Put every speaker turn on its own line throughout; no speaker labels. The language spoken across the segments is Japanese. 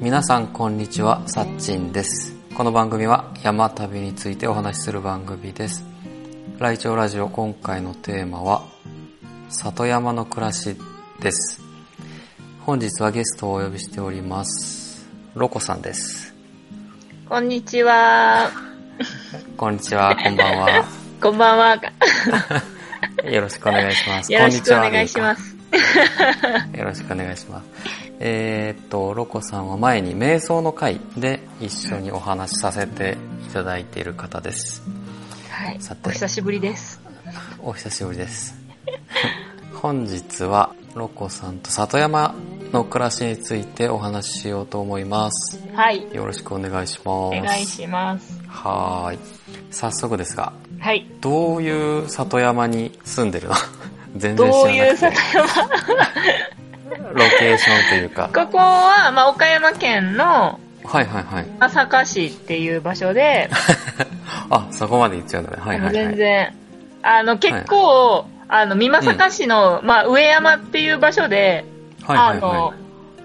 皆さんこんにちはさっちんですこの番組は山旅についてお話しする番組ですライチョウラジオ今回のテーマは里山の暮らしです本日はゲストをお呼びしておりますロコさんです
こんにちは。
こんにちはこんばん は
こんばんは。
よろしくお願いします
よろしくお願いし
こんにちは
ます。
よろしくお願いします。えーっと、ロコさんは前に瞑想の会で一緒にお話しさせていただいている方です。
はい
さ。て
お久しぶりです。
お久しぶりです。 本日はロコさんと里山の暮らしについてお話ししようと思います。
はい。
よろしくお願いします。
お願いします。
はーい。早速ですが、
はい。
どういう里山に住んでるの 全然
どう
知ら
い
な
う
くて
里。山
ロケーションというか。
ここは、まあ、岡山県の
はいはいはい。
朝霞市っていう場所で、
あ、そこまで言っちゃうんだね。はいはい、はい。
全然、あの、結構、あの、美作市の、まあ、上山っていう場所で、
はいはいは
あの、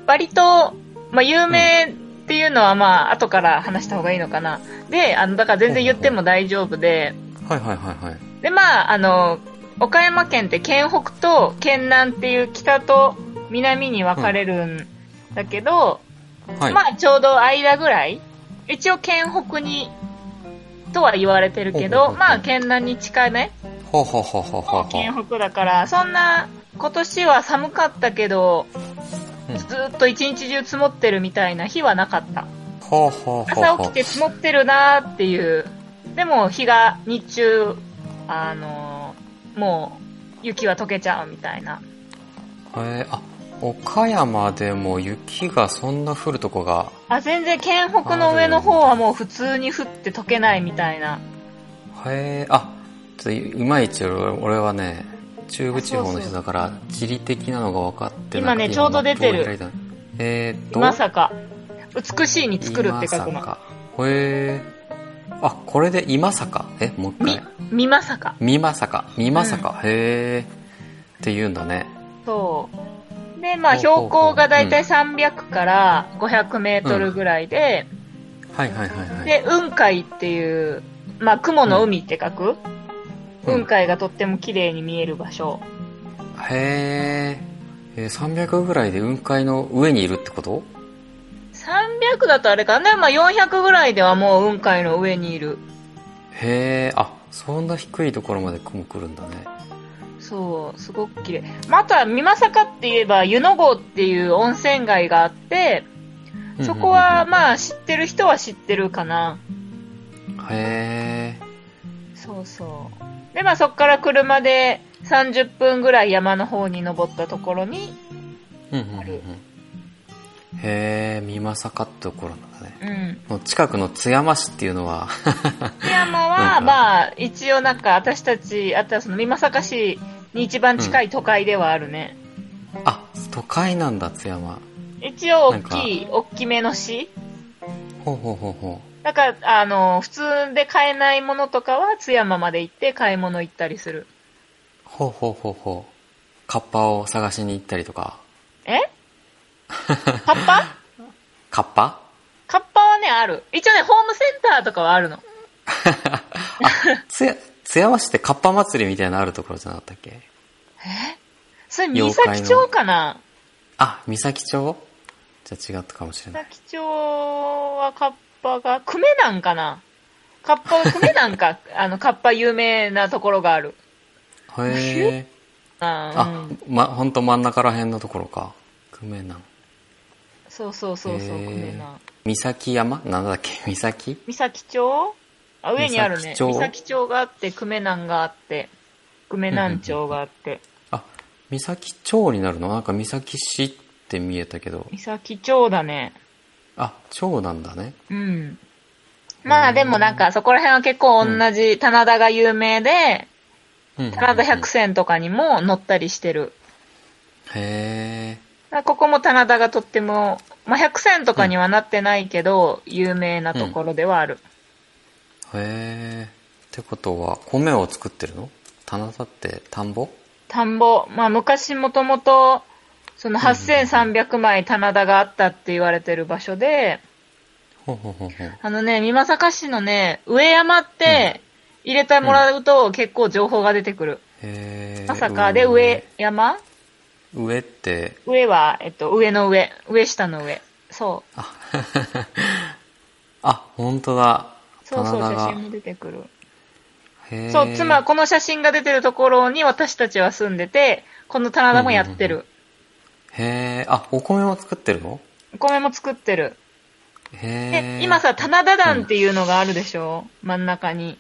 割と、まあ、有名っていうのは、まあ、後から話した方がいいのかな。で、あの、だから全然言っても大丈夫で、
い。はいはいはいはい。
で、まあ、あの、岡山県って県北と県南っていう北と南に分かれるんだけど、
はい。
まあ、ちょうど間ぐらい。一応県北に、とは言われてる
ほうほ
け
う
ど、
ほう
まあ、県南に近いね。
ほうほうほうほうほうほ
県北だから、そんな、今年は寒かったけど、
うん
ずーっと一日中積もってるみたいな日はなかった。
う。ほうほうほう
朝
ほ
起
う
き。て積もってるなーっていう。でも日が日中、あのーもう雪は溶けちゃうみたいな。
えー、あ、岡山でも雪がそんな降るとこが、
あ、全然県北の上の方はもう普通に降って溶けないみたいな。
へえー、あ、ちょっといまいち俺俺はね、中部地方の人だから地理的なのが分かってなくて
今ねちょうど出て
マップ
る
を開いたのえーっと、
まさか、美しいに作るって書く
今
の。
坂へえー、あ、これで今坂え、もう一
み
回。、
みまさか。
みまさか。みまさか。へえー、って言うんだね。
そう。で、まあ
ほう
標
ほうほう
高がだいたい300から500メートルぐらいで、
はいはいはいはい。
で、雲海っていう、まあ雲の海って書く、
うん
雲海がとっても綺麗に見える場所。
へーえー、300ぐらいで雲海の上にいるってこと
300だとあれかな、まあ、400ぐらいではもう雲海の上にいる
へえ、あ、そんな低いところまで雲来るんだね。
そうすごく綺麗まああとは美作って言えば湯の郷っていう温泉街があってそこはまあ知ってる人は知ってるかな
あ。へえ、
そうそうでまあそこから車で30分ぐらい山の方に登ったところに、
うんうんうんうん。へえ、美作ってところなんだね。
うん、
もう近くの津山市っていうのは、
津山
なんか
はまあ一応なんか私たちあとはその美作市に一番近い都会ではあるね、
あ、都会なんだ津山。
一応大きい大きめの市
ほうほうほうほ
だから、あの、普通で買えないものとかは津山まで行って買い物行ったりする。
う。ほうほうほうほう。カッパを探しに行ったりとか。
えカッパ
カッパ
カッパはね、ある。一応ね、ホームセンターとかはあるの。
津や津山市ってカッパ祭りみたいなのあるところじゃなかったっけ
それ、三崎町かな
あ、三崎町じゃあ違ったかもしれな
三
い。
崎町はカッパが、久米なんかなカッパは久米な んか、あの、カッパ有名なところがある。
へえ。
あ
あ
ー、うん、、
ま、ほんと真ん中ら辺のところか。久米南。
そうそうそうそう、
へー
久米な。
三崎山なんだっけ 三崎
三崎町あ、上にあるね
三。崎町
三崎町があって、久米南があって、久米南町があって。
あ、三崎町になるのなんか三崎市って見えたけど。
三崎町だね。
あ、町なんだね。
うん。まあでもなんかそこら辺は結構同じ棚田が有名で、
うん
棚田百
へ
選とかにも乗ったりしてる。
え。
ここも棚田がとっても、まあ百選とかにはなってないけど、有名なところではある。
へえ。ってことは、米を作ってるの棚田って田んぼ
田んぼ、まあ昔もともとその8300枚棚田があったって言われてる場所で、
ほうほうほうほう。
あのね、美作市のね、上山って入れてもらうと結構情報が出てくる。
へー
まさかで上。山
上って、
上は、えっと、上の上。上下の上。そう。
あ、あ、本当だ。
そうそう、
棚田
写
が
真も出てくる。
へー
そう、妻、この写真が出てるところに私たちは住んでて、この棚田もやって
う
る。
へーあ、お米も作ってるの
お米も作ってる。
へ
で、
ー
今、さ、棚田団っていうのがあるでしょ、真ん中に。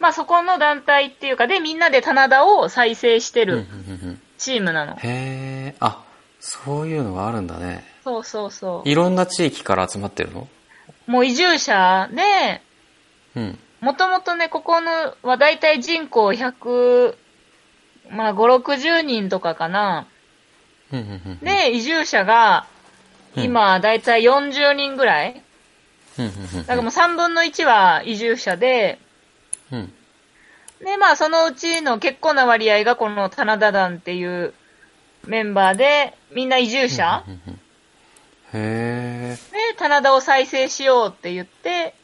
まあそこの団体っていうか、で、みんなで棚田を再生して
うんうん
る
うんうん
チームなの。
へーあ、そういうのがあるんだね。
そうそうそ
いろんな地域から集まってるの
う。もう移住者で、
うん。
もともとね、ここのは大体人口100、まあ5、60人とかかな。
うんうんうんうん、
で、移住者が、
うん
今、大体40人ぐらい。
うんうんうんうん、
だからもう3分の1は移住者で、
うん。
で、まあ、そのうちの結構な割合がこの棚田団っていうメンバーで、みんな移住者、
うんうんうんへ
で、棚田を再生しようって言って、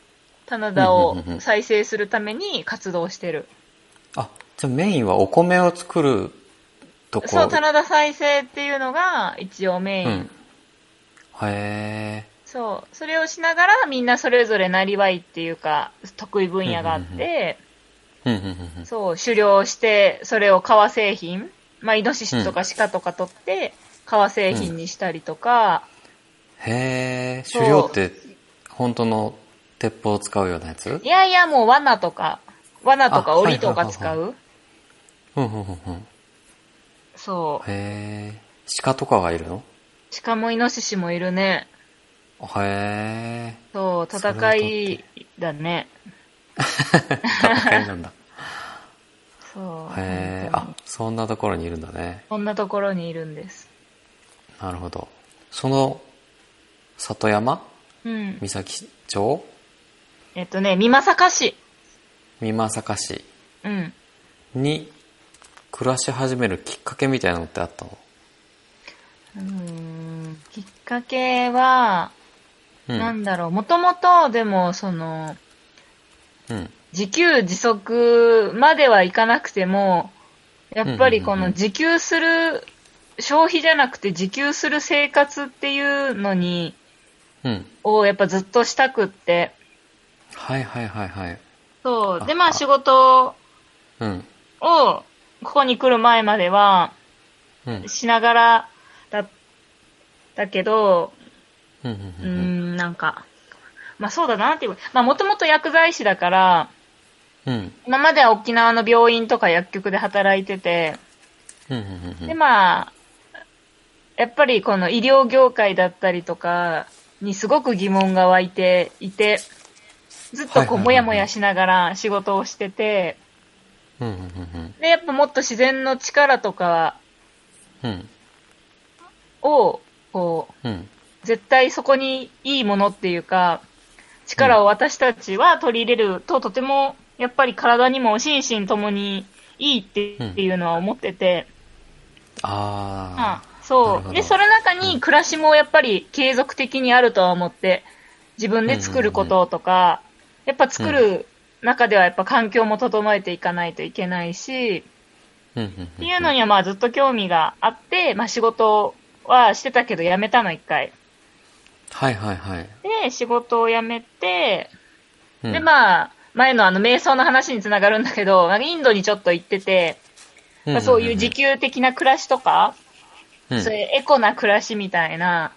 棚田を
うんうんうんうん
再生するために活動してる。
ーあ、じゃあメインはお米を作るところ
そう、棚田再生っていうのが一応メイン。
うん。へ
そう。それをしながら、みんなそれぞれなりわいっていうか、得意分野があって、
ーうんうんうんうん。
そう、狩猟して、それを革製品、まあ、イノシシとか鹿とか取って、革製品にしたりとか、
へー
そう
狩猟って、本当の鉄砲を使うようなやつ
いやいや、もう罠とか、罠と
あ
か檻と
は
か
いはいはいはい
使
う
う、
んうんうんうん。
そ
へー鹿とかがいるの
う。鹿もイノシシもいるね。
へ
そう、
それを
戦
取
いだね。
ー戦いなんだ。
そう。
へー
本当
あ、
に
そんなところにいるんだね。
こんなところにいるんです。
なるほど。その、里山
うん。
三崎町
えっとね、美作市。
美作市
うん。
に暮らし始めるきっかけみたいなのってあったの
うーんきっかけは、
うん。
なんだろう、もともと、でも、その、
うん。
自給自足まではいかなくても、やっぱりこ
うんうん
の
うんうん
自給する、消費じゃなくて自給する生活っていうのに、
うん。
をやっぱずっとしたくって。
はいはいはいはい。
そう。で、
あ
まあ
あ
仕事
うん。
を、ここに来る前までは、
うん。
しながらだったけど、
うん。う
うー
ん。
ん、なんか、まあそうだなっていう。まあもともと薬剤師だから、
うん。うん。
今までは沖縄の病院とか薬局で働いてて、
うん。うん。うん
で、まあ、やっぱりこの医療業界だったりとかにすごく疑問が湧いていて、ずっとこう、
はいはいはいはい
もやもやしながら仕事をしてて、
うん。うん。うん
で、やっぱもっと自然の力とか
うん。
を、こ
うん。
う、絶対そこにいいものっていうか、力を私たちは取り入れると、とても、やっぱり体にも心身ともにいいっていうのは思ってて、
ああ。なる
そ
ほ
う。
ど
で、その中に暮らしもやっぱり継続的にあるとは思って、自分で作ることとか、やっぱ作る中ではやっぱ環境も整えていかないといけないし、
うん。うん。っ
っていうのにはまあずっと興味があって、まあ仕事はしてたけど辞めたの一回。
はいはいはい。
で、仕事を辞めて、
うん
でまあ、前のあの瞑想の話につながるんだけど、なんかインドにちょっと行ってて、
うん
まあそういう自給的な暮らしとか、
うん
そういうエコな暮らしみたいな、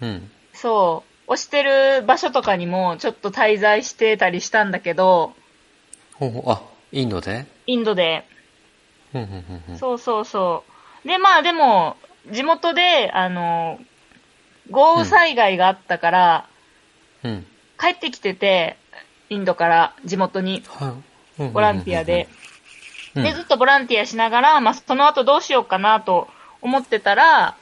うん。
そう、押してる場所とかにもちょっと滞在してたりしたんだけど、
ほうほうあ、インドで
インドで。
うんうんうんうん。
そうそうそう。で、まあでも、地元で、あの、豪雨災害があったから、
うん。
帰ってきてて、インドから地元に、
はい。うん
ボランティアで。。
うん
で、ずっとボランティアしながら、まあその後どうしようかなと思ってたら、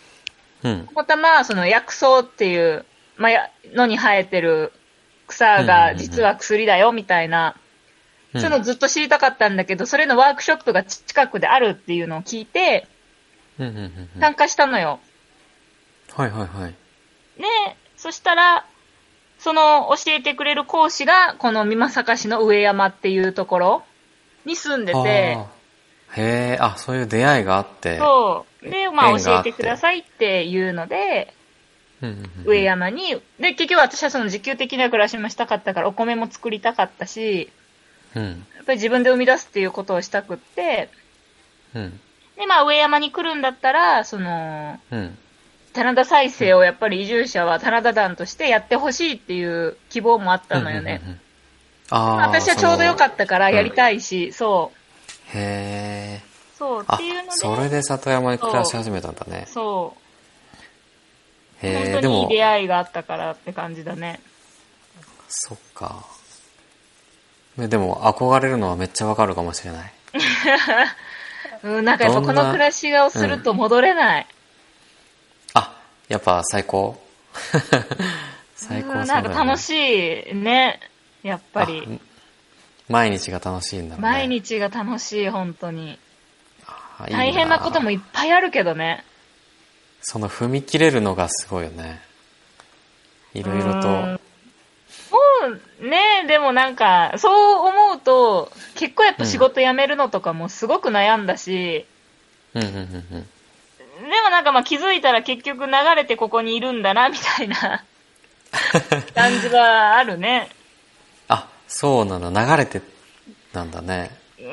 うん。
またまあその薬草っていう、まあや、野に生えてる草
うんうんうんう
が
ん
実は薬だよみたいな、
うん
そういうのずっと知りたかったんだけど、それのワークショップが近くであるっていうのを聞いて、
うんうんうんうん。
参加したのよ。
はいはいはい。
で、そしたら、その教えてくれる講師が、この美作市の上山っていうところに住んでて、
あーへえ、あ、そういう出会いがあって。
そう。で、まあ
縁があっ
教え
て
てくださいっていうので、
うんうんうん。
上山に、で、結局私はその自給的な暮らしもしたかったから、お米も作りたかったし、
うん。
やっぱり自分で生み出すっていうことをしたくって、
うん。
で、まあ上山に来るんだったら、その、
うん。
棚田再生をやっぱり移住者は棚田団としてやってほしいっていう希望もあったのよね。
うんうんうん。ああ。
私はちょうどよか
っ
ったからやりたいし、そう。
た。へえ。
そう、っ
あ
ていうの、で、
それで里山に暮らし始めたんだね。
そう。
へえ、
本
で
当にいい
も、
出会いがあったからって感じだね。
そっか。ねでも、憧れるのはめっちゃわかるかもしれない。
うん、なんかやっぱこ
どん
の
な
暮らしがをすると戻れない。
あ、やっぱ最高
う
最
ん、
高そうだ
なん
ね
か楽しいね。やっぱ
あ
り。
毎日が楽しいんだろうね。
毎日が楽しい、本当に。
あいい
大変なこともいっぱいあるけどね。
その踏み切れるのがすごいよね。いろいろと。
うんそうね、でもなんか、そう思うと、結構やっぱ仕事辞めるのとかもすごく悩んだし、
うんうんうんうん。
でもなんかまあ気づいたら結局流れてここにいるんだな、みたいな 感じはあるね。
あ、そうなんだ。流れて、なんだね。
うー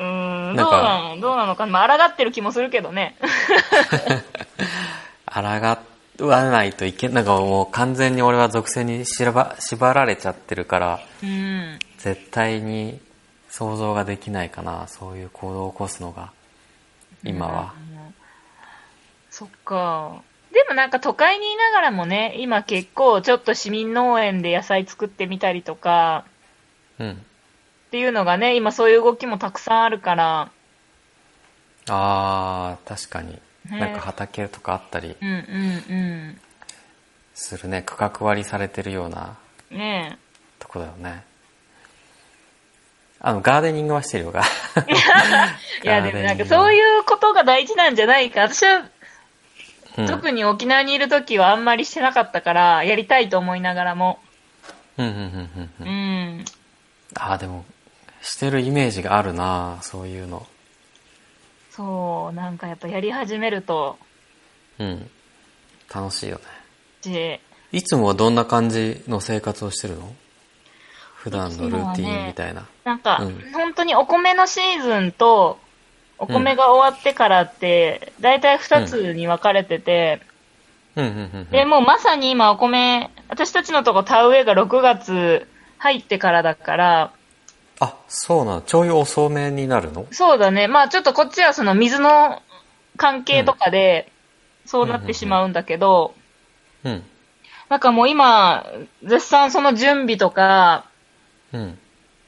な
ん、
ん
どう
か
なのどうなのかな。まあ、抗ってる気もするけどね。
抗わないといけなんかもう完全に俺は属性にしらば縛られちゃってるから、
うん。
絶対に想像ができないかな。そういう行動を起こすのが、今は。
うん。そっか。でもなんか都会にいながらもね、今結構ちょっと市民農園で野菜作ってみたりとか、
うん。
っていうのがね、今そういう動きもたくさんあるから、
あー、確かに。
ね
なんか畑とかあったり
うんうん
するね。区画割りされてるような
うん。ね
とこだよね。あの、ガーデニングは してるよが。
え。いや
ガーデニン
でも
グ
なんかそういうことが大事なんじゃないか。私は
うん
特に沖縄にいる時はあんまりしてなかったから、やりたいと思いながらも。
うんうんうんうんう。
うんん。
あー、でも、してるイメージがあるなそういうの。
そう、なんかやっぱやり始めると、
うん。楽しいよね。
で
いつもはどんな感じの生活をしてるの普段のルーティンみたいな。
なんか、
うん
本当にお米のシーズンと、お米が終わってからって、大体2つに分かれてて、
うんうんうんうん。
で、もうまさに今お米、私たちのとこ田植えが6月入ってからだから、
あ、そうなの。ちょい遅めになるの
そうだね。まあちょっとこっちはその水の関係とかで、そうなってしまうんだけど、
うん。
なんかもう今、絶賛その準備とか、
うん。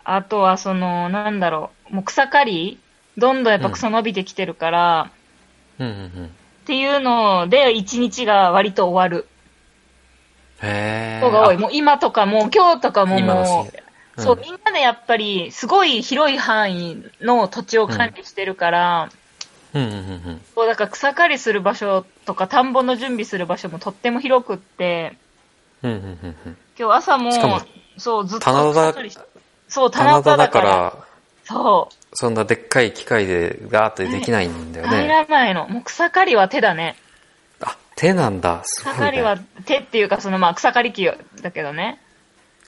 あとはその、なんだろう、もう草刈りどんどんやっぱ草伸びてきてるから、
うんうんうん。
っていうので、一日が割と終わる
へえ。
ことが多い。
あ
もう今とかもう今日とかも
今のシー
も
ン
う、
うん
そう、みんなでやっぱり、すごい広い範囲の土地を管理してるから、
うんうんうんうん。
こうだから草刈りする場所とか田んぼの準備する場所もとっても広くって、
うんうんうんうん。
今日朝も、
しかも
そう、ずっと
棚田
草刈りしそう、
棚
棚
田だ
田だ
か
から、
ら、
そ
そんなでっかい機械でガーってできないんだ
う、
よ
入
ね。
らないの。もう草刈りは手だね。
あ、手なんだ。すご
草
い、ね。
刈りは手っていうか、そのまあ草刈り機だけどね。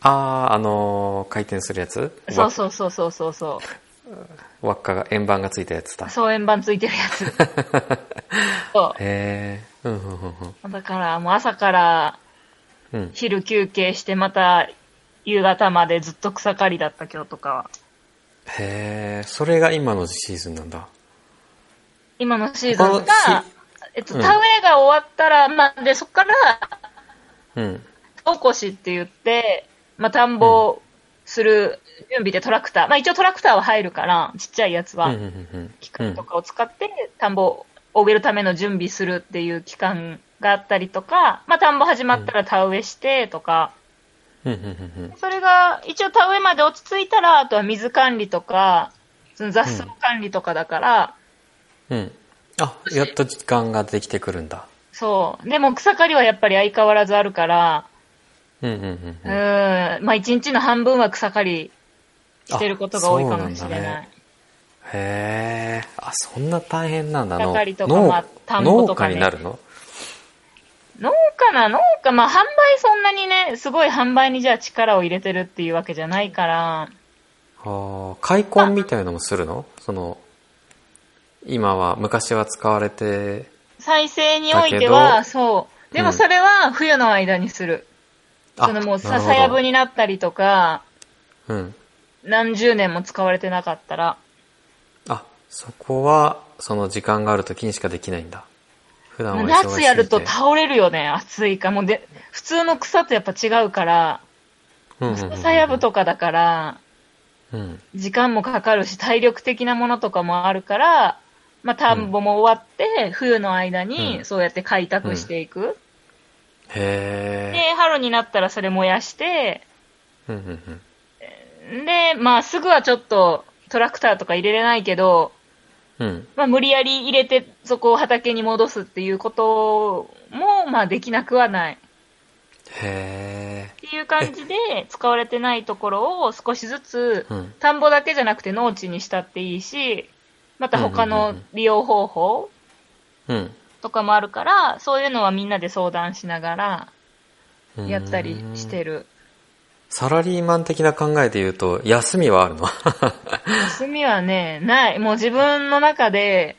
あー、あのー回転するやつ
そうそうそうそうそうそう。
う。輪っかが、円盤がついたやつだ。へ
そう円盤ついてるや つ。そ
え。うんうんうんうん。
う。だからもう朝から
うん。
昼休憩してまた夕方までずっと草刈りだった今日とかは。
へえ、それが今のシーズンなんだ。
今のシーズン
この
が
し、
えっと、
うん
田植えが終わったら、まあ、で、そこから、
うん。
田起こしって言って、まあ、田んぼをする準備でトラクター、まあ、一応トラクターは入るから、ちっちゃいやつ
うん
は、
うんうん
機
うん。う
械
ん
とかを使って、田んぼを植えるための準備するっていう期間があったりとか、まあ、田んぼ始まったら田植えしてとか、
うんうんうんうん。
それが、一応田植えまで落ち着いたら、あとは水管理とか、その雑草管理とかだから、
うん。あ、やっと時間ができてくるんだ。
そう。でも草刈りはやっぱり相変わらずあるから、
うんうんうん
う
うん。
ん、まあ一日の半分は草刈りしてることが多いか
あ
もしれ
そうなんだ
ない
ね。へえ。あ、そんな大変なんだ。
草
の
刈りとかまあ田んぼとかね
農家になるの
農家な、農家、まあ販売そんなにね、すごい販売にじゃあ力を入れてるっていうわけじゃないから、
ああ、開墾みたいのもするのその、今は、昔は使われて、
再生において
だけ
は、
ど
そう。で
う
も
ん
それは冬の間にする。そのも
な
う
るほ
さ
ど
さやぶになったりとか、
うん。
何十年も使われてなかったら、
あ、そこは、その時間がある時にしかできないんだ。普段は
もう
忙しすぎて
夏やると倒れるよね、暑いか。もうで、普通の草とやっぱ違うから、
うんうんうんうん
さやぶとかだから、
うん。
時間もかかるし、体力的なものとかもあるから、まあ、田んぼも終わって、冬の間
う
に
ん
そうやって開拓していく。
へえ。
で、春になったらそれ燃やして、
うんうんうん。
で、まあ、すぐはちょっとトラクターとか入れれないけど、
うん。
まあ、無理やり入れて、そこを畑に戻すっていうことも、まあ、できなくはない。
へ
っていう感じで、使われてないところを少しずつ
え。、うん。
田んぼだけじゃなくて農地にしたっていいし、また他
うん
の
うんうん
利用方法
うん。
とかもあるから、そういうのはみんなで相談しながら
うん
やったりしてる。
サラリーマン的な考えで言うと、休みはあるの
休みはね、ない。もう自分の中で、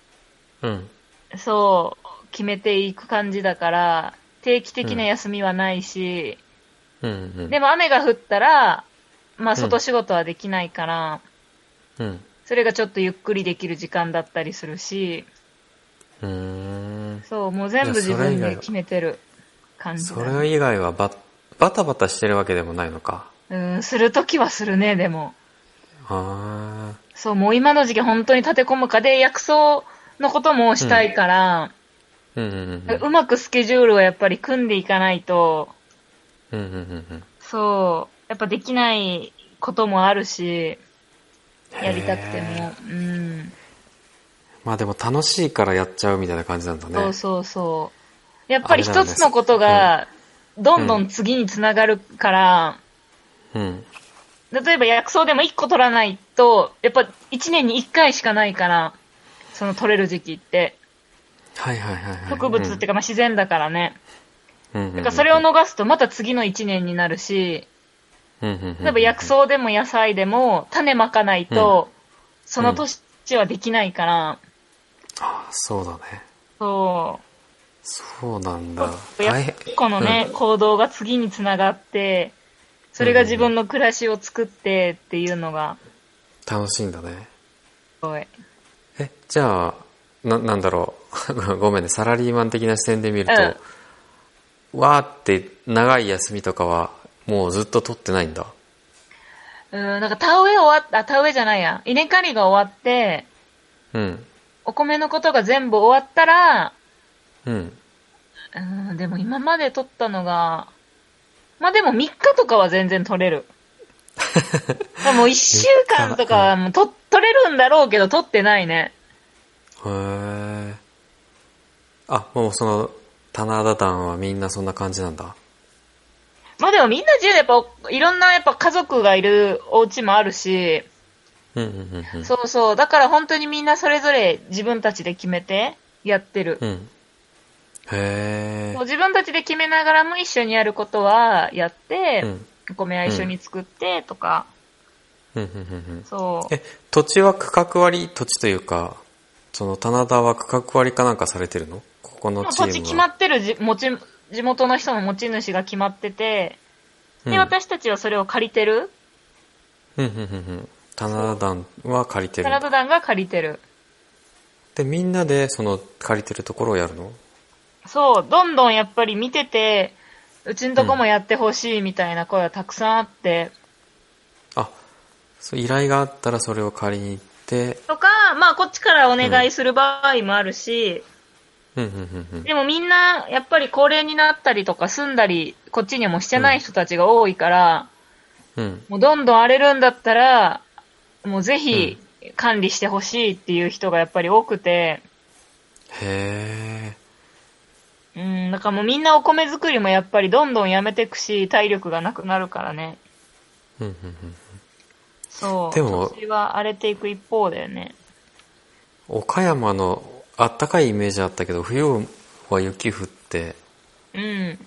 うん。
そう、決めていく感じだから、定期的な休みはないし、
うんうん。
でも雨が降ったら、ま
う
あ
ん
外仕事はできないから、
うん。
それがちょっとゆっくりできる時間だったりするし、
うーん。
そう、もう全部
いやそ
自
れ
分
以外
で
は
決めてる感じ
そ
だ
れ
ね。
以外はババタバタしてるわけでもないのか。
うん、するときはするね、でも。
あ
そう、もう今の時期本当に立て込むかで、薬草のこともしたいから、
あ。うんうん
うまくスケジュールをやっぱり組んでいかないと、
うん。うんうんうんうん。
そう、やっぱできないこともあるし、やりたくて
へ
も
ー。
うん。
まあでも楽しいからやっちゃうみたいな感じなんだね。
そうそうそう。やっぱり
あれなん
一
です
つのことが、どんどん次につながるから、
うん。
例えば薬草でも1個取らないと、やっぱ1年に1回しかないから、その取れる時期って。
はいはいはい、はい。
植物っていうか、まあ自然だからね。
うん、うんうんうん
だからそれを、逃すとまた次の1年になるし、
うんうんうんうん
例えば薬。草でも野菜でも種まかないと、その年はできないから、
ああそうだね。
そ
そうなんだ。
う。やっぱりこのね、行動が次につながって、それが自分の暮らしを作ってっていうのが、
うん楽しいんだね。
すごい。
え、じゃあ、な、なんだろう。 ごめんね、サラリーマン的な視点で見ると、わーって長い休みとかは、もうずっと取ってないんだ。
うん、なんか田植え終わった、あ田植えじゃないや。稲刈りが終わって、
うん。
お米のことが全部終わったら、
うん。
うん、でも今まで取ったのが、まあでも3日とかは全然取 れる。もう1週間とかはもうと取れるんだろうけど取ってないね。
へえ。あ、もうその、棚田団はみんなそんな感じなんだ。
まあでもみんな自由でやっぱいろんなやっぱ家族がいるお家もあるし、
うんうんうんうん。
そうそう。だから本当にみんなそれぞれ自分たちで決めてやってる。
うん。へえ
もう。自分たちで決めながらも一緒にやることはやって、
うん。
お米は一緒に作ってとか、
うんうんうんうん。
そう。
え、土地は区画割り、土地というか、その棚田は区画割りかなんかされてるのここの
もう
チーム
土
は。
地決まってるじ持ち、地元の人の持ち主が決まってて、で、
うん
私たちはそれを借りてる。
うんうんうんうん。棚田団は借りて
サ
る
ラ。ダ団が借りてる。
で、みんなでその借りてるところをやるの
そう、どんどんやっぱり見てて、うちのとこもやってほしいみたいな声がたくさんあって、
あ、そう、依頼があったらそれを借りに行って、
とか、まあこっちからお願いする場合もあるし、
うんうんうん
でもみんなやっぱり高齢になったりとか住んだり、こっちにもしてない人たちが多いから、
うん。うん。
もうどんどん荒れるんだったら、もうぜひ管理してほしいっていう人がやっぱり多くて、
へえ。
ううん、だからもうみんなお米作りもやっぱりどんどんやめてくし、体力がなくなるからね。
うんうんうん。
そう。
でも
土地は荒れていく一方だよね。
岡山のあったかいイメージあったけど、冬は雪降って、
うん。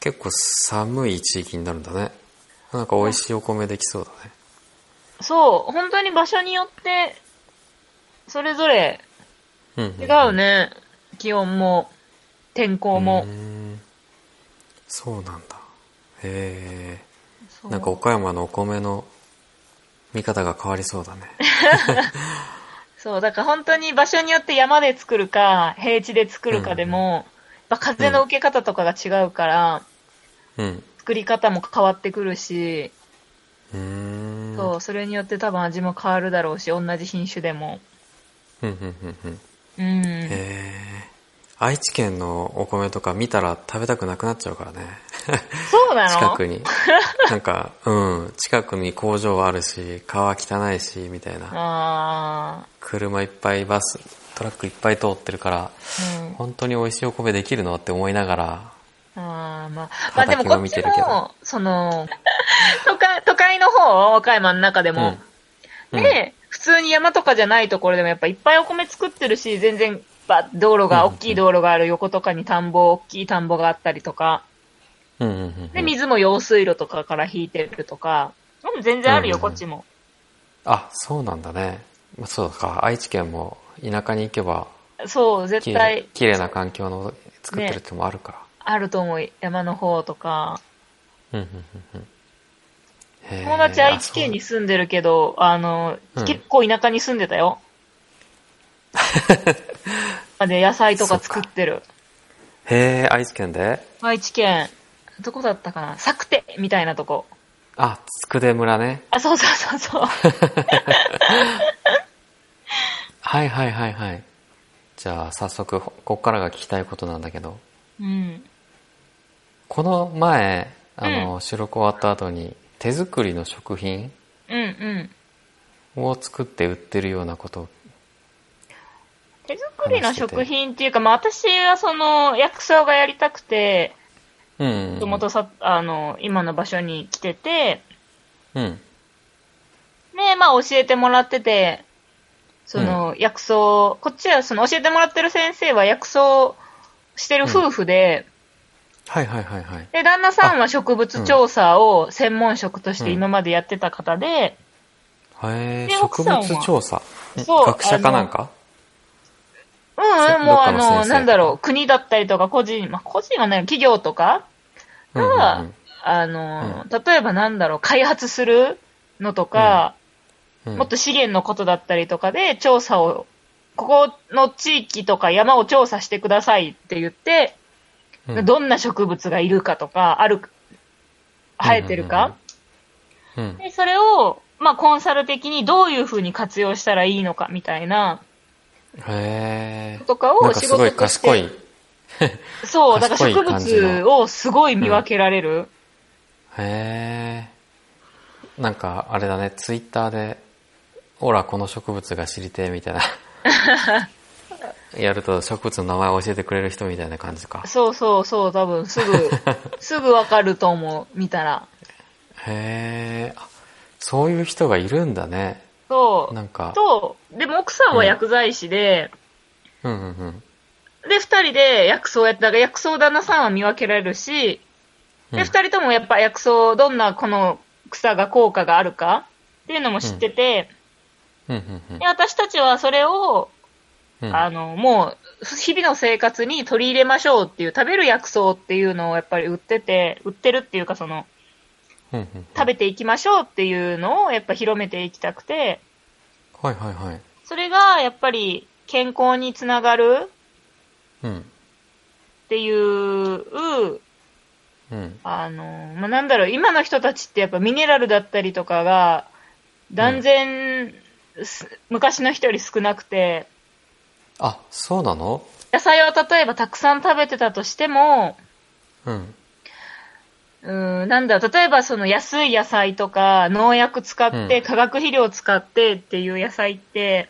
結構寒い地域になるんだね。なんか美味しいお米できそうだね。
そう、本当に場所によって、それぞれ
うん
違
ん
うね。気温も、天候も
う。んそうなんだへえ
そう
なんか岡山のお米の見方が変わりそうだね
そう、だから本当に場所によって山で作るか、平地で作るかでも、やっぱ風の受け方とかが違うから、
うん
作り方も変わってくるし、
うーん
そう、それによって多分味も変わるだろうし、同じ品種でも。
うんうんうんうんへ
うん。
え愛知県のお米とか見たら食べたくなくなっちゃうからね
そうなの
近くになんかうん近くに工場あるし川汚いしみたいな
あ
車いっぱいバストラックいっぱい通ってるから
ーうん。
本当に美味しいお米できるのって思いながら
あーまあ、まあ
畑
でもこ
は
っ
見
ち
てるけど
も、その、 都会、都会の方、和歌山の中でも。
うん
で、普通に山とかじゃないところでもやっぱいっぱいお米作ってるし、全然、ば、道路が、
うん
大きい道路がある横とかに田んぼ、大きい田んぼがあったりとか、
うんうんうんう
で、
ん
水も用水路とかから引いてるとか、うん、全然あるよ、
うんうん
こ
うん
っちも。
あ、そうなんだね。まあそうか、愛知県も田舎に行けば、
そう、絶
きれ
対
い、綺麗な環境の作ってるってのもあるか
あると思う、山の方とか。
ら。うんうんうんうんへー
友達愛知県に住んでるけど、あの、
うん
結構田舎に住んでた よ。で、野菜とか作って
あ
る。
そうへえ、愛知県で
愛知県、どこだったかな作手みたいなとこ。
あ、つくで村ね。
あ、そうそうそ うそう。
はいはいはいはい。じゃあ早速、ここっからが聞きたいことなんだけど、
うん。
この前、あの、収録終わった後に、手作りの食品
うんうん。
を作って売ってるようなことを、
手作りの食品っていうか、まあ私はその、薬草がやりたくて、
うん
も
うんう
と
ん。
もとさ、あの、今の場所に来てて、
うん。
ね、まあ教えてもらってて、その、薬草、こっちはその教えてもらってる先生は薬草してる夫婦で、
はいはいはいはい。
で、旦那さんは植物調査を専門職として
うん
今までやってた方で、
へえ、
で
植
奥さんは
物調査。ん
そう
学者かなんか
うん、
そ
うん、もうあ
どっかの先
の、
生
なんだろう、国だったりとか個人、まあ個人はね、企業とか、
うん
どっ
う
か
ん
は
うん
あの、例えばなんだろう、開発するのとか、
うん
もっと資源のことだったりとかで調査を、ここの地域とか山を調査してくださいって言って、
うん
どんな植物がいるかとか、ある、生えてるか、
うん
で、それを、まあ、コンサル的にどういうふうに活用したらいいのかみたいな、
へえ。
とか
なん
を
か
仕
すご
事
い
として。
賢い。
そう、だから
賢い
植
感じの
物をすごい見分けられる。
へえ。なんか、あれだね、ツイッターで、ほら、この植物が知りてえみたい な。やると植物の名前を教えてくれる人みたいな感じか。
そうそうそう、多分す ぐ、すぐわかると思う、見たら。
へえ。あそういう人がいるんだね。
そう。
なんか。
と、でも奥さんは薬剤師で、
うんうんうん。
で、二人で薬草をやって、だから薬草旦那さんは見分けられるし、
う
で、
ん
二人ともやっぱ薬草、どんなこの草が効果があるかっていうのも知ってて、
うんうんうん
で、私たちはそれを、
うん。
あの、もう、日々の生活に取り入れましょうっていう、食べる薬草っていうのをやっぱり売ってて、売ってるっていうかその、
うんうんうん
食べていきましょうっていうのをやっぱ広めていきたくて、
はいはいはい。
それがやっぱり健康につながる
うん。
っていう、
うん。
あの、まあ、なんだろう、今の人たちってやっぱミネラルだったりとかが、断然、す昔の人より少なくて、
あ、そうなの
野菜を例えばたくさん食べてたとしても、
うん。
うーん、なんだろう、例えばその安い野菜とか、農薬使って、
うん
化学肥料を使ってっていう野菜って、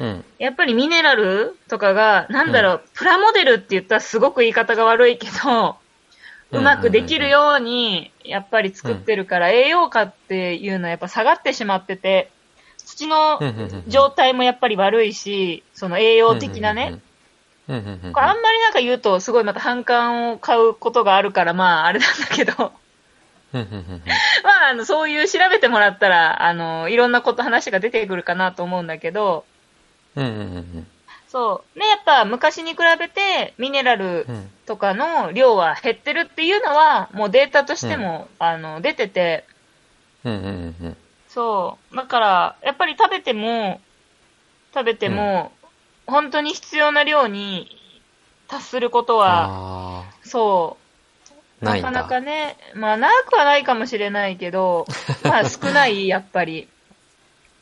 うん。
やっぱりミネラルとかが、なんだろう、プラモデルって言ったらすごく言い方が悪いけど、
うん
うまくできるように、やっぱり作ってるから、栄養価っていうのはやっぱ下がってしまってて、土の
うんうんうんうん
状態もやっぱり悪いし、その栄養的なね。。
うんうんうんうん。
これあんまりなんか言うと、すごいまた反感を買うことがあるから、まああれなんだけど、 ま
うんうんうんうん
ああの、そういう調べてもらったら、あの、いろんなこと話が出てくるかなと思うんだけど、
うんうんうん
そう。ね、やっぱ昔に比べてミネラル
うんうん。
とかの量は減ってるっていうのは、もうデータとしても、あの、出てて、
うんうんうんうん。
そう。だから、やっぱり食べても、食べても、本当に必要な量に達すること
あ
は、そ
あ、
う。
な
ない
んだ。
かなかね、まあ、なくはないかもしれないけ ど、まあ、少ない、やっぱり。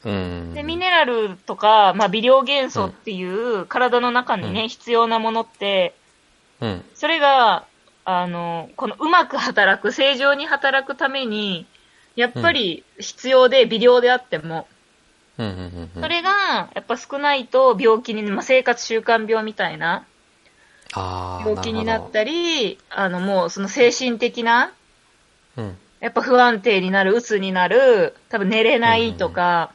うん。
で、ミネラルとか、まあ、微量元素っていう、体の中にね、
うん
必要なものって、
うん。
それが、あの、このうまく働く、正常に働くために、やっぱり必要で微量であっても、
うんうんうんうん。
それが、やっぱ少ないと病気に、まあ、生活習慣病みたいな
ああ、
病気になっ
る
たり、あの、もうその精神的な、
ほど。うん。
やっぱ不安定になる、鬱になる、多分寝れないとか、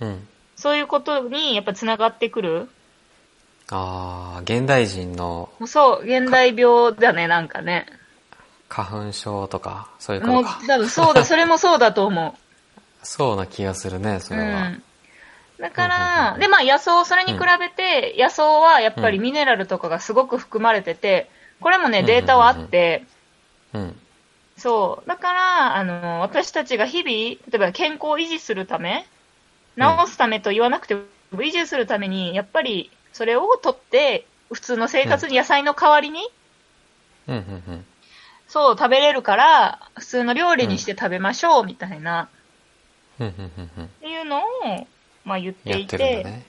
うん。
そういうことにやっぱつながってくる。
ああ、現代人の
もうそう、現代病だね、なんかね。
花粉症とか、そういうこ
も
と
う
か。
多分そうだ、それもそうだと思う。
そうな気がするね、それ
う
は。
ん、だ
う
か
んうん
ら、
うん
で、まあ野草、それに比べて、野草はやっぱりミネラルとかがすごく含まれてて、これも
う
ね、
んうんうん
データはあって、
うん。
そう。だから、あの、私たちが日々、例えば健康を維持するため、
うん
治すためと言わなくても、維持するために、やっぱり、それを取って、普通の生活に野菜の代わりに、
うんうんうん。
そう、食べれるから、普通の料理にして食べましょう、みたいな、
うんうんうんうん。
っていうのを、まあ言って
やっ
い
て
て、
るんだね。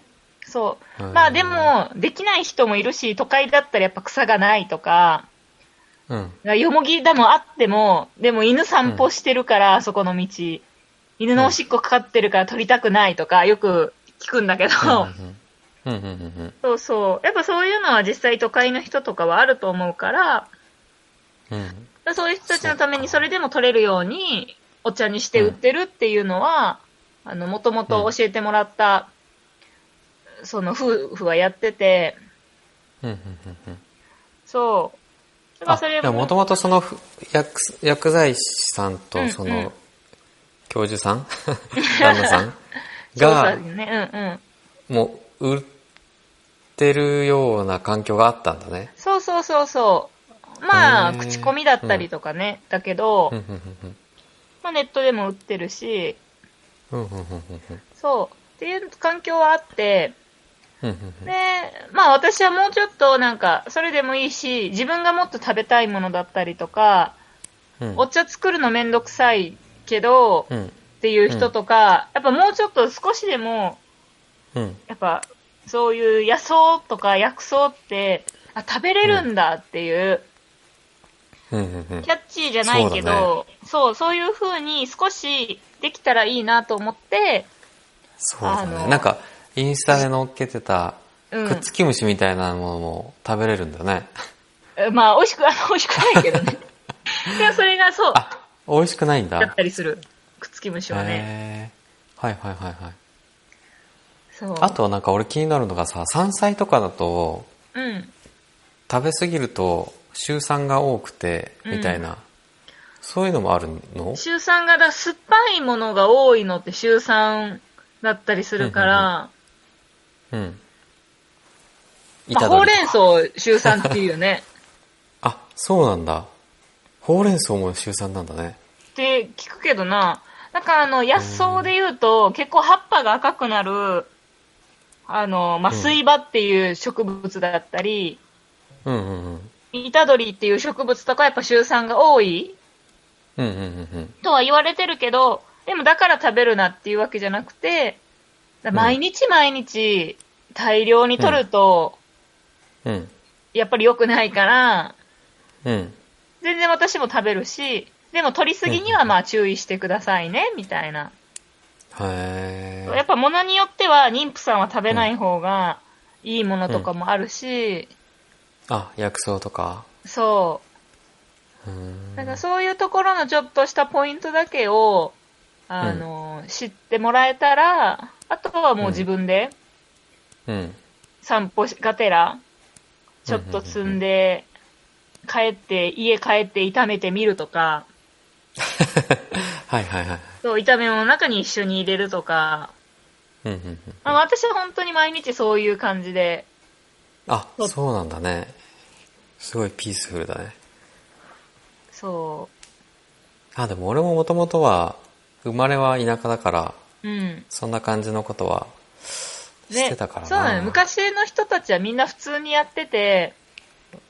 そう。
うん
まあで、も、できない人もいるし、都会だったらやっぱ草がないとか、
うん。
よもぎだもあっても、でも犬散歩してるから、あそこの道、犬のおしっこかかってるから取りたくないとか、よく聞くんだけど、
うんうんうんうん
そうそう。やっぱそういうのは実際都会の人とかはあると思うから、
うん。うん。
そういう人たちのためにそれでも取れるように、お茶にして売ってるっていうのは、あの、もともと教えてもらった、その夫婦はやってて、
うんうんうんうん。
そう。だから
あ、
それ
でももともとそのふ薬薬剤師さん
うんう
と
ん
その、教授さん 旦那さんが
そうだね、うんうん。
もう売ってるような環境があったんだね。
そうそうそうそう。まあ、
へー
口コミだったりとかね、だけど、
うんうんうん
まあネットでも売ってるし、
うんうんうんうん
そう。っていう環境はあって、
うんうん
で、まあ私はもうちょっとなんか、それでもいいし、自分がもっと食べたいものだったりとか、
うん
お茶作るのめんどくさいけど、
うんうん
っていう人とか、やっぱもうちょっと少しでも、
うん
やっぱ、そういう野草とか薬草って、あ、食べれるんだっていう、
うんうんうん
キャッチーじゃないけど、そう,、そういう風に少しできたらいいなと思って、
そうだ
あ
ね。
の
なんかインスタで載っけてた
う
くっ
ん。
つき虫みたいなものも食べれるんだね。
えまあ、美味しく、あの、美味しくないけど ね。でもそれがそう、だ
あ、美味しくないんだ。
ったりする。くっつき虫はね。
へーはいはいはいはい。
そう。
あとはなんか俺気になるのがさ、山菜とかだと、
うん。
食べ過ぎると、臭酸が多くて、
うん
みたいな。そういうのもあるの
シュウ酸が、だ酸っぱいものが多いのってシュウ酸だったりするから、
うん。
ま
だ
あ、ほ
り
うれん草をシュウ酸っていうよね。
あ、そうなんだ。ほうれん草も臭酸なんだね。
って聞くけどな。なんかあの、野草で言うと、結構葉っぱが赤くなる、あの、まあ、
うん
水場っていう植物だったり、
うんうんうん。
イタドリっていう植物とかやっぱシュウ酸が多い
うんうんうん
とは言われてるけど、でもだから食べるなっていうわけじゃなくて、だ毎日毎日大量に取ると、
うん。うん。
やっぱり良くないから、
うん。
全然私も食べるし、でも取りすぎにはまあ注意してくださいね、みたいな。
へ
やっ
え。
ぱ物によっては妊婦さんは食べない方がいいものとかもあるし、
あ、薬草とか。
そうう。
ん
だからそういうところのちょっとしたポイントだけを、あの、知ってもらえたら、あとはもう自分で
うん。
散歩がてら、ちょっと積んで、帰って、家帰って炒めてみるとか、
はいはいはい。
そう、炒め物の中に一緒に入れるとか、
うんうんうん。
まあ、私は本当に毎日そういう感じで、
あ
そ、う
そうなんだね。すごいピースフルだね。
そ
あ、でも俺ももともとは、生まれは田舎だから、
う、うん。
そんな感じのことは、
ね
してたからな。
そうなのよ昔の人たちはみんな普通にやってて、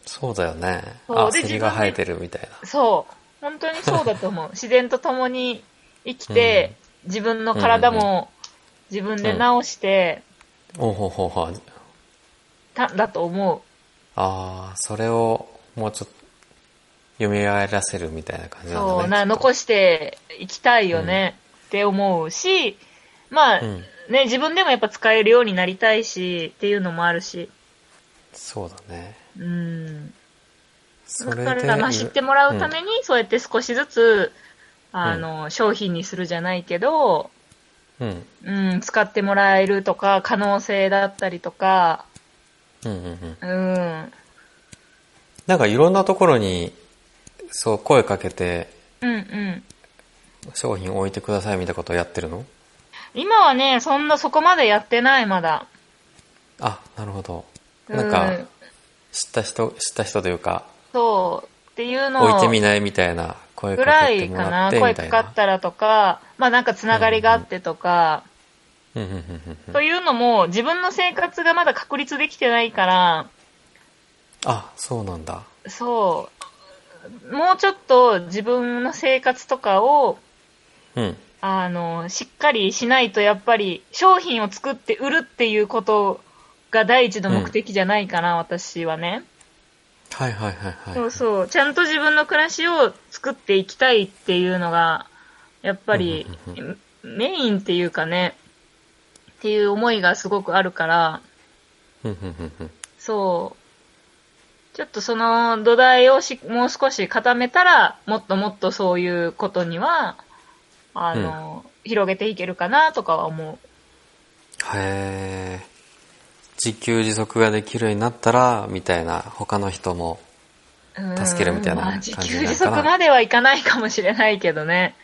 そうだよね。
そう
あ、
で
セリが
自分
生
で
えてるみたいな。
そう、本当にそうだと 思う。自然と共に生きて、自分の体も自分で治して、
おうほうほうほう。
たんだと思う。
ああ、それをもうちょっと、蘇らせるみたいな感じなんだね。
そう、な、
し
残していきたいよね、って思うし、まあ、
うん。
ね、自分でもやっぱ使えるようになりたいし、っていうのもあるし、
そうだね。
うん。
そ
だ
れで
から、まあ、知ってもらうために、そうやって少しずつ、あの、商品にするじゃないけど、
うん。
うん、使ってもらえるとか、可能性だったりとか、
うんうんうん。
うん、
なんかいろんなところに、そう、声かけて、
うん、うん。
商品置いてくださいみたいなことをやってるの
今はね、そんなそこまでやってない、まだ。
あ、なるほど。
うん
なんか、知った人、知った人というか、
そう、っていうのを。
置いてみないみたいな声
ぐ
からけて
い
も
からな、
って
声
みた
か
い
か
な
っ。たらとか、まあなんかつながりがあってとか、
うんうんうんうん
というのも自分の生活がまだ確立できてないから、
あ、そうなんだ。
そう、もうちょっと自分の生活とかを、
うん。
あの、しっかりしないとやっぱり商品を作って売るっていうことが第一の目的じゃないかな、私はね。
はいはいはい
そ
は
う
い。
そう、ちゃんと自分の暮らしを作っていきたいっていうのが、やっぱり
うんう
メインっていうかね、っていう思いがすごくあるから、
うんうんうんうん
そう、ちょっとその土台をしもう少し固めたら、もっともっとそういうことには、あの、広げていけるかなとかは思
へえ。自給自足ができるようになったら、みたいな、他の人も。
う。うん
助けるみたいな
まあ
感じな
自
のかな
給自足まではいかないかもしれないけどね。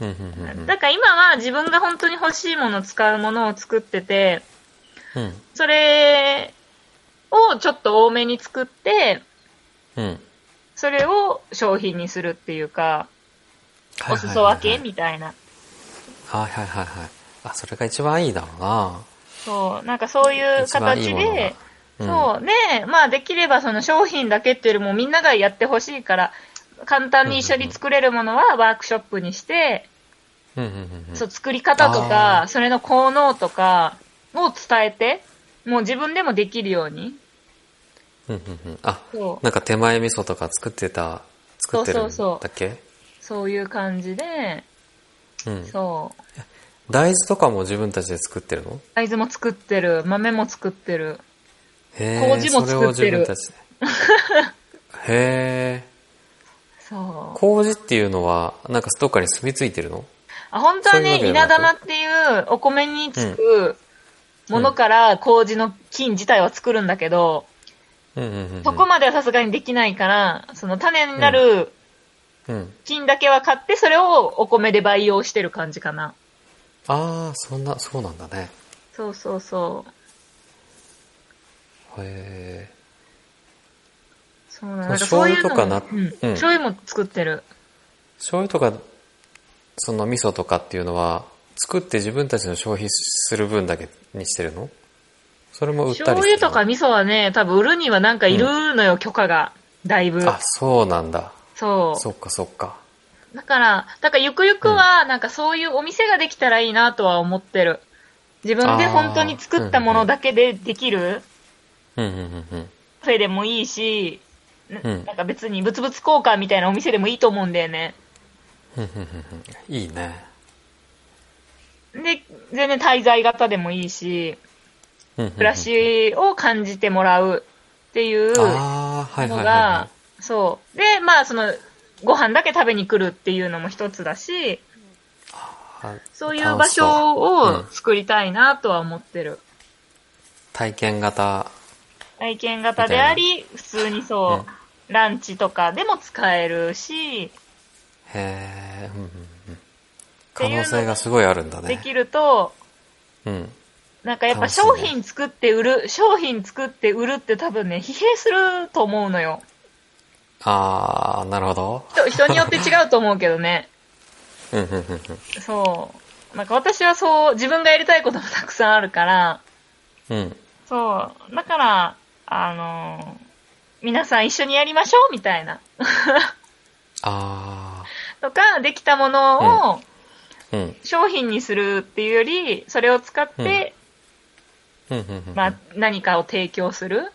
うんうんうんうん
だから今は自分が本当に欲しいもの、使うものを作ってて、
うん。
それをちょっと多めに作って、
うん。
それを商品にするっていうか、
はいはいはいはい
お裾分けみたいな。
はいはいはいはい。あ、それが一番いいだろうな。
そう、なんかそういう
一番
形
いいもの
で、
が。
そう、ね、まあできればその商品だけっていうよりもみんながやってほしいから、簡単に一緒に作れるものはワークショップにして、
うん。うんうんうんうん。
そう、作り方と
あ
か
ー、
それの効能とかを伝えて、もう自分でもできるように。
うんうんうん。あ、
そう、
なんか手前味噌とか作ってた、作ってるんだっけ
そうそうそういう感じで、
うん。
そう。
大豆とかも自分たちで作ってるの
大豆も作ってる、豆も作ってる。
へ
麹も作ってる
それを自分た ちで。へえ。
そう。
麹っていうのは、なんかどっかに住み着いてるの
あ本当はね
そう、いうわけじゃ
稲
なく
玉っていうお米につくものから麹の菌自体は作るんだけど、
うんうんうん。
そこまではさすがにできないから、その種になる
うん。
菌だけは買って、それをお米で培養してる感じかな。
ああ、そんな、そうなんだね。
そうそうそう。
へ
そうな
え。
ん
もう
だ
醤
そうい
油と
うのも
かな、
うん、
うん
醤油も作ってる。
醤油とか、その味噌とかっていうのは、作って自分たちの消費する分だけにしてるのそれも売ったりする
醤油とか味噌はね、多分売るにはなんかいるのよ、許可が。だいぶ。
あ、そうなんだ。
そう。
そっかそっか。
だから、だからゆくゆくは、なんかそういうお店ができたらいいなとは思ってる。自分で本当に作ったものだけでできる
うんうんうんうん。
カフェでもいいし、な
うん
なんか別に物々交換みたいなお 店でもいいと思うんだよね。
うんうんうんうんいいね。
で、全然滞在型でもいいし、暮らしを感じてもらうっていう
あ
の
あ、はいはいはい
が
は、
そう。で、まあ、その、ご飯だけ食べに来るっていうのも一つだし、
いはい。
そういう場所を作りたいなとは思ってる。
体験型。
体験型であり、普通にそう、ランチとかでも使えるし、
へえ、うんうんうん可
ていうのが
能性がすごいあるんだ
で
ね。
きると、
うん。
なんかやっぱ
楽しいね
商品作って売る、商品作って売るって多分ね、疲弊すると思うのよ。
ああ、なるほど。
人人によって違うと思うけ どね。
うんうんうんうん。
そう。なんか私はそう、自分がやりたいこともたくさんあるから、
うん。
そう。だから、あのー皆さん一緒にやりましょうみたいな。
あ
とか、できたものを
あ、うん。
商品にするっていうより、それを使って、
うんうんうん。
まあ、何かを提供する。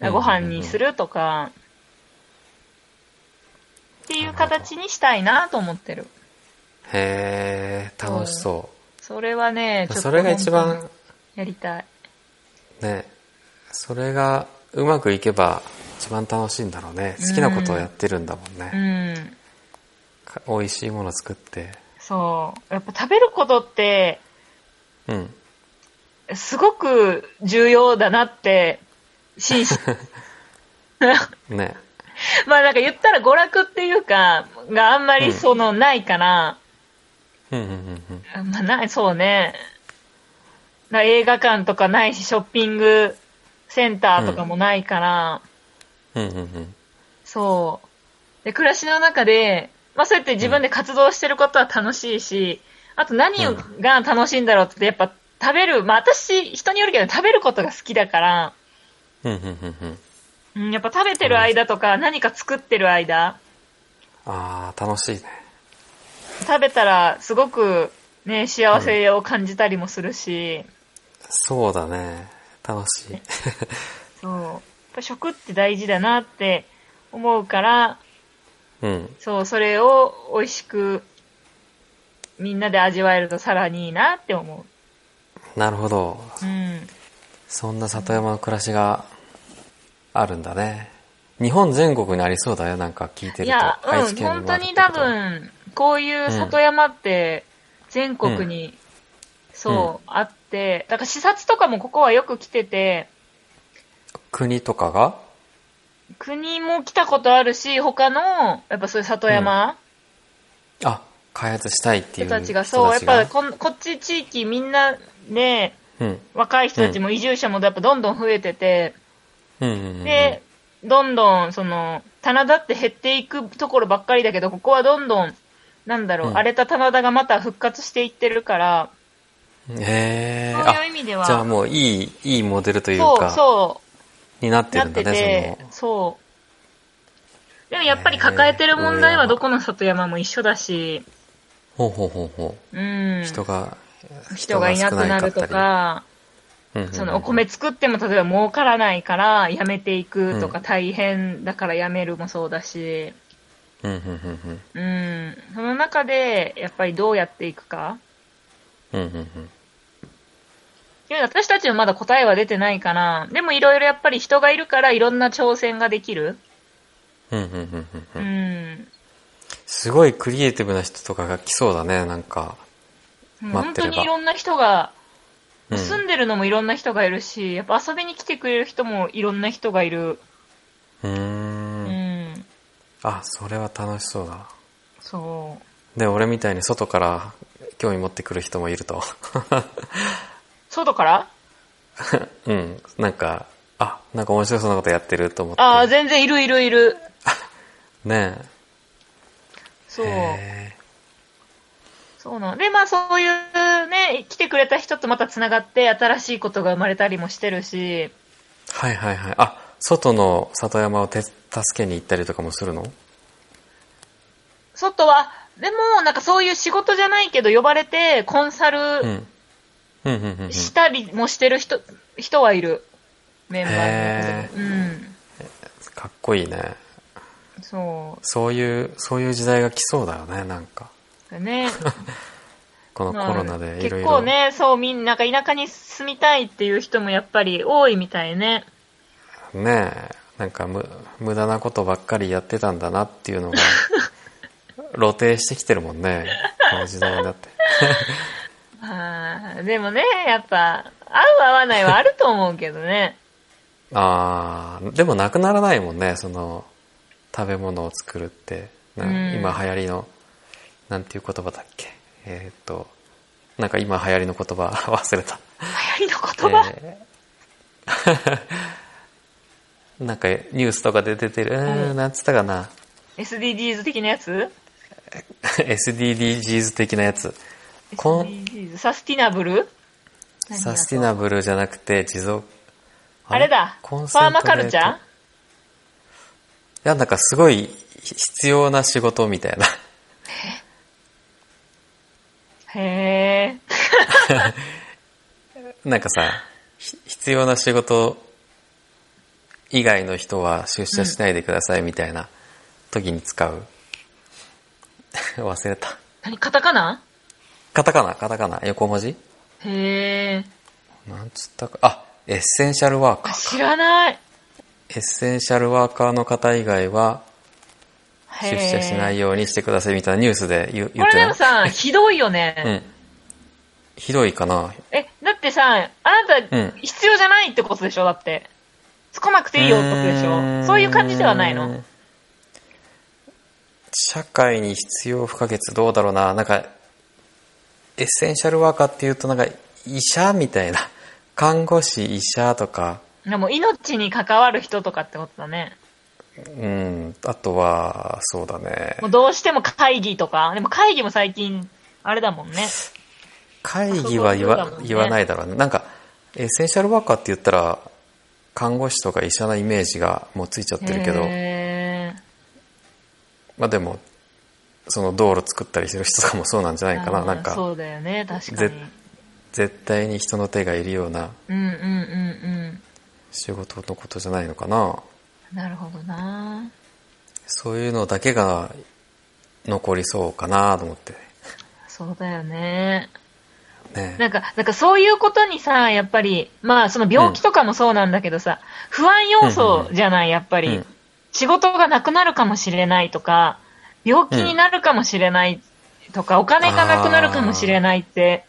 うん
ご飯にするとか、っていう形にしたいなと思ってる。
へえ、楽しそ
それはね、
う。
ちょっと
それが一番、
やりたい。
ね、それがうまくいけば一番楽しいんだろうね。好きなことをやってるんだもん
う
ね。
ん。
か美味しいもの作って。
そう。やっぱ食べることって、
うん。
すごく重要だなって、 真摯。
ね。
まあなんか言ったら娯楽っていうか、があんまりその、ないから、
うんうんうんうん。
まあない、そうね。な映画館とかないし、ショッピングセンターとかもないから、
うんうんうん。
そう。で、暮らしの中で、まあそうやって自分で活動してることは楽しいし、あと何
うん
が楽しいんだろうって、やっぱ食べる、まあ私、人によるけど食べることが好きだから、
うんうんうんうん。
うん、やっぱ食べてる間とか、何か作ってる間、
ああ、楽しいね。
食べたらすごくね、幸せを感じたりもするし、
そうだね。楽しい。
そう。やっぱ食って大事だなって思うから、
うん。
そう、それを美味しくみんなで味わえるとさらにいいなって思
なるほど。
う。うん。
そんな里山の暮らしがあるんだね。日本全国にありそうだよ、なんか聞いてると。
いや、
愛
う
知
ん、
県
本
もあ
当
るって
に
こと
多。分、こういう里山って、全国に、そう、あって、だから視察とかもここはよく来てて、
国とかが
国も来たことあるし、他の、やっぱそういう里山
あ、開発したいってい
人
う人
た
た
ち
ち
が、
が。
そう、やっぱこんこっち地域みんなね、
うん。
若い人たちも移住者もやっぱどんどん増えてて、
うんうんうんうん。
で、どんどんその、棚田って減っていくところばっかりだけど、ここはどんどん、なんだろう、
うん
荒れた棚田がまた復活していってるから、
へえ。
そういう
あ、
意味で
じゃあ
は、
もういい、いいモデルという
そう
か、
そ
になっ
う、
て
な
る
っ
んだ
て
ね
て、、そう。でもやっぱり抱えてる問題はどこの里山も一緒だし、
その、ほうほうほうほ
うん。
う。人が、
人がいなくなるとか、
うんうんうん、
そのお米作っても例えば儲からないからやめていくとか大変だからやめるもそうだし、
うんうんうん
うん、その中でやっぱりどうやっていくか。
うん。うんうん
いや私たちはまだ答えは出てないから、でもいろいろやっぱり人がいるからいろんな挑戦ができる。
うん。うんうんうんうんう。
うんん。
すごいクリエイティブな人とかが来そうだね、なんか。待
本
って
当
れば
にいろんな人が、
うん、
住んでるのもいろんな人がいるし、やっぱ遊びに来てくれる人もいろんな人がいる。
う
う
ーん。
ん。
あ、それは楽しそうだ。
そう。
で、俺みたいに外から興味持ってくる人もいると。
外から
うん。なんか、あ、なんか面白そうなことやってると思って。
ああ、全然いるいるいる。
ね
そ
え。
う。
へ
そうなんで、まあそういうね、来てくれた人とまた繋がって新しいことが生まれたりもしてるし、
ーはいはいはい。あ、外の里山を手助けに行ったりとかもするの
外は、でもなんかそういう仕事じゃないけど呼ばれてコンサ
うん。う
ル
んうんうんうん。
したりもしてる人、人はいる。メンバ
へ
ーに。
かっこいいね。
うん。そ う。
そういう、そういう時代が来そうだよね、なんか。
ね。
このコロナ
まあ
でいろ
結
い
構
ろ
ね、そう、みんな、なんか田舎に住みたいっていう人もやっぱり多いみたいね。
ねえなんかむ無駄なことばっかりやってたんだなっていうの が露呈してきてるもんねこの時代だって
まあ、でもね、やっぱ、合う合わないはあると思うけ どね。
ああでもなくならないもんねその食べ物を作るってな
うん
今流行りのなんていう言葉だっけえーっとなんか今流行りの言葉忘れた
流行りの言葉、
えーなんかニュース とかで出てる、うーん、なんつったかな
SDGs 的なやつ
SDGs 的なやつこん
?SDGs? サスティナブル
サスティナ
ブル。
ブルじゃなくて持続
あれだ。フ
コン
ァ
セントレ
ーマカルチャー
いやなんかすごい必要な仕事みたいな
へえ。
なんかさひ必要な仕事以外の人は出社しないでくださいみたいな時に使う 忘れた
何カタカナ
カタカナカタカナ横文字
へえ。
なんつったかあエッセンシャルワーカ
あ、
ー
知らない。
エッセンシャルワーカーの方以外は
へ
出
え
社しないようにしてくださいみたいなニュースで言う言
こ
って
れで
ない
もさ、ひどいよね。
うん。ひどいかな。
え、だってさ、あな
うん
た、必要じゃないってことでしょだって。来なくていいよってことでしょそういう感じではないの
社会に必要不可欠どうだろうな。なんか、エッセンシャルワーカーっていうとなんか、医者みたいな。 看護師、医者とか、
でも命に関わる人とかってことだね。
うん、あとは、そうだね
も。うどうしても会議とか。でも会議も最近、あれだもんね。
会議は言
あそう
わ
だもんね
言わないだろうね。なんか、エッセンシャルワーカーって言ったら、看護師とか医者のイメージがもうついちゃってるけど、
へー
まあでも、その道路作ったりしてる人とかもそうなんじゃないかな。なん
あー
か、
そうだよね、確か
ぜ
に。
絶対に人の手がいるような
うんうんうん
仕事のことじゃないのかな。
うん。なるほどな
そういうのだけが残りそうかなと思って。
そうだよね。な
ね。
んか、なんかそういうことにさ、やっぱり、まあその病気とかもそうなんだけどさ、不安要素じゃない、やっぱり。
うん
仕事がなくなるかもしれないとか、病気になるかもしれないとか、お金がなくなるかもしれないって、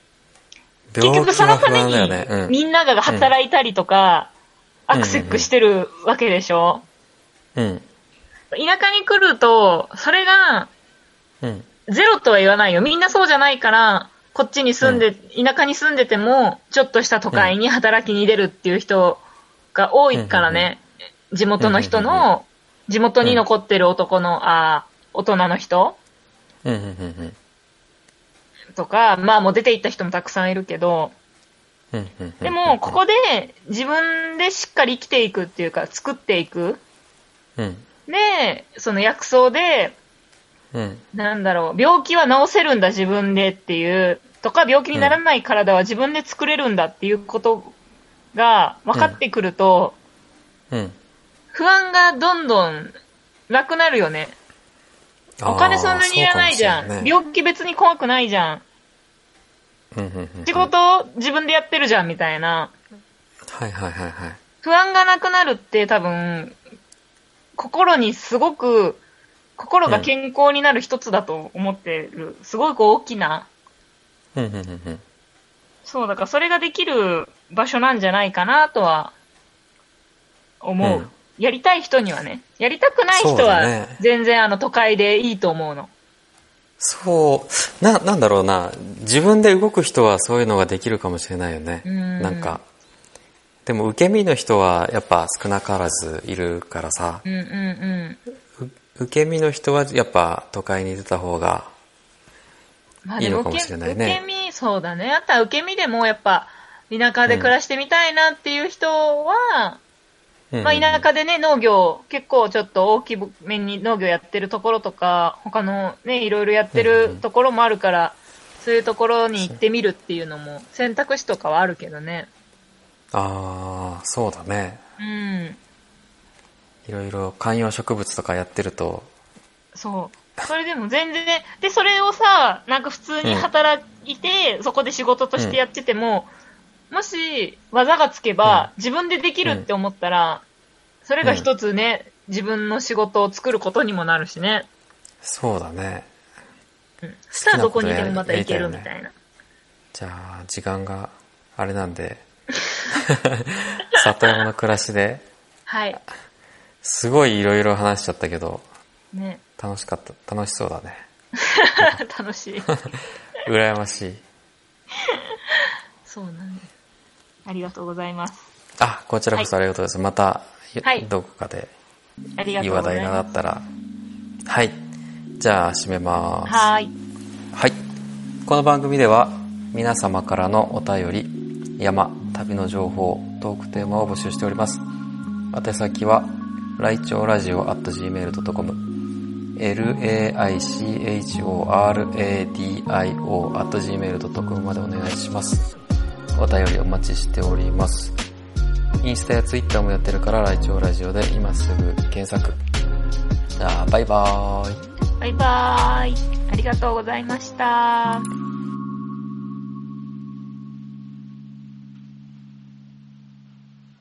結
病
局
気
そ
は
の
不
ため
安だよね。
に
うん
みんなが働いたりとか、
うん
アクセックしてるわけでしょ、。
うん。
田舎に来ると、それが
うん。
ゼロとは言わないよ。みんなそうじゃないから、こっちに住んで、田舎に住んでても、ちょっとした都会に働きに出るっていう人が多いからね。地元の人
うんうん
の、地元に残ってる男の、あー大人の人
うん。うん。うん。
とか、まあもう出て行った人もたくさんいるけど、
うんうんうん。
でも、ここで自分でしっかり生きていくっていうか、作っていく。
うん。
で、その薬草で、
うん。
なんだろう、病気は治せるんだ自分でっていう、とか病気にならない体は自分で作れるんだっていうことが分かってくると、
うん。
不安がどんどんなくなるよね。お金そんなにいらないじゃん。
病
病気別に怖くないじゃん。仕事を自分でやってるじゃんみたいな。
はいはいはいはい。
不安がなくなるって多分、心にすごく、心が健康になる一つだと思ってる。すごく大きな
うんうんうんうん。
そう、だからそれができる場所なんじゃないかなとは思う。
うん
やりたい人にはね。やりたくない人
そうだ
は
ね
全然あの都会でいいと思うの。
そう、な、なんだろうな。自分で動く人はそういうのができるかもしれないよね。
うん
なんか。でも受け身の人はやっぱ少なからずいるからさ
う、んうんうん。
う受け身の人はやっぱ都会に出た方が、
ま
いいのか
受
も
け
しれないね
受け身、そうだね。あとは受け身でもやっぱ田舎で暮らしてみたいなっていう人は、
うん
まあ田舎でね、農業、結構ちょっと大きめに農業やってるところとか、他のね、いろいろやって
うんう
る
ん
ところもあるから、そういうところに行ってみるっていうのも選択肢とかはあるけどね。
ああ、そうだね。
うん。
いろいろ観葉植物とかやってると、
そう。それでも全然、で、それをさ、なんか普通に働いて、そこで仕事としてやってても、もし技がつけば、自分でできるって思ったら、それが一つね、自分の仕事を作ることにもなるしね。
そうだね。
うんしたらどこにでもまた行けるみたいな。
じゃあ、時間があれなん で、里山の暮らしで、
はい。
すごいいろいろ話しちゃったけど、
ね。
楽しかった、楽しそうだね。
楽しい。
羨ましい。
そうなんです。ありがとうございます。
あ、こちらこそありがとうございます。また、
はい
どこかで
あり
い
が
い
とう
話
ござ
題
い
があ
ま
っ
す。
たら、はい。じゃあ、締めます。
はーい。
はい。この番組では皆様からのお便り、山、旅の情報、トークテーマを募集しております。宛先は、来庁ラジオ at gmail.com、laichoradio at gmail.com までお願いします。お便りお待ちしております。インスタやツイッターもやってるから、来庁ラジオで今すぐ検索。じゃあ、バイバーイ。
バイバーイ。ありがとうございました。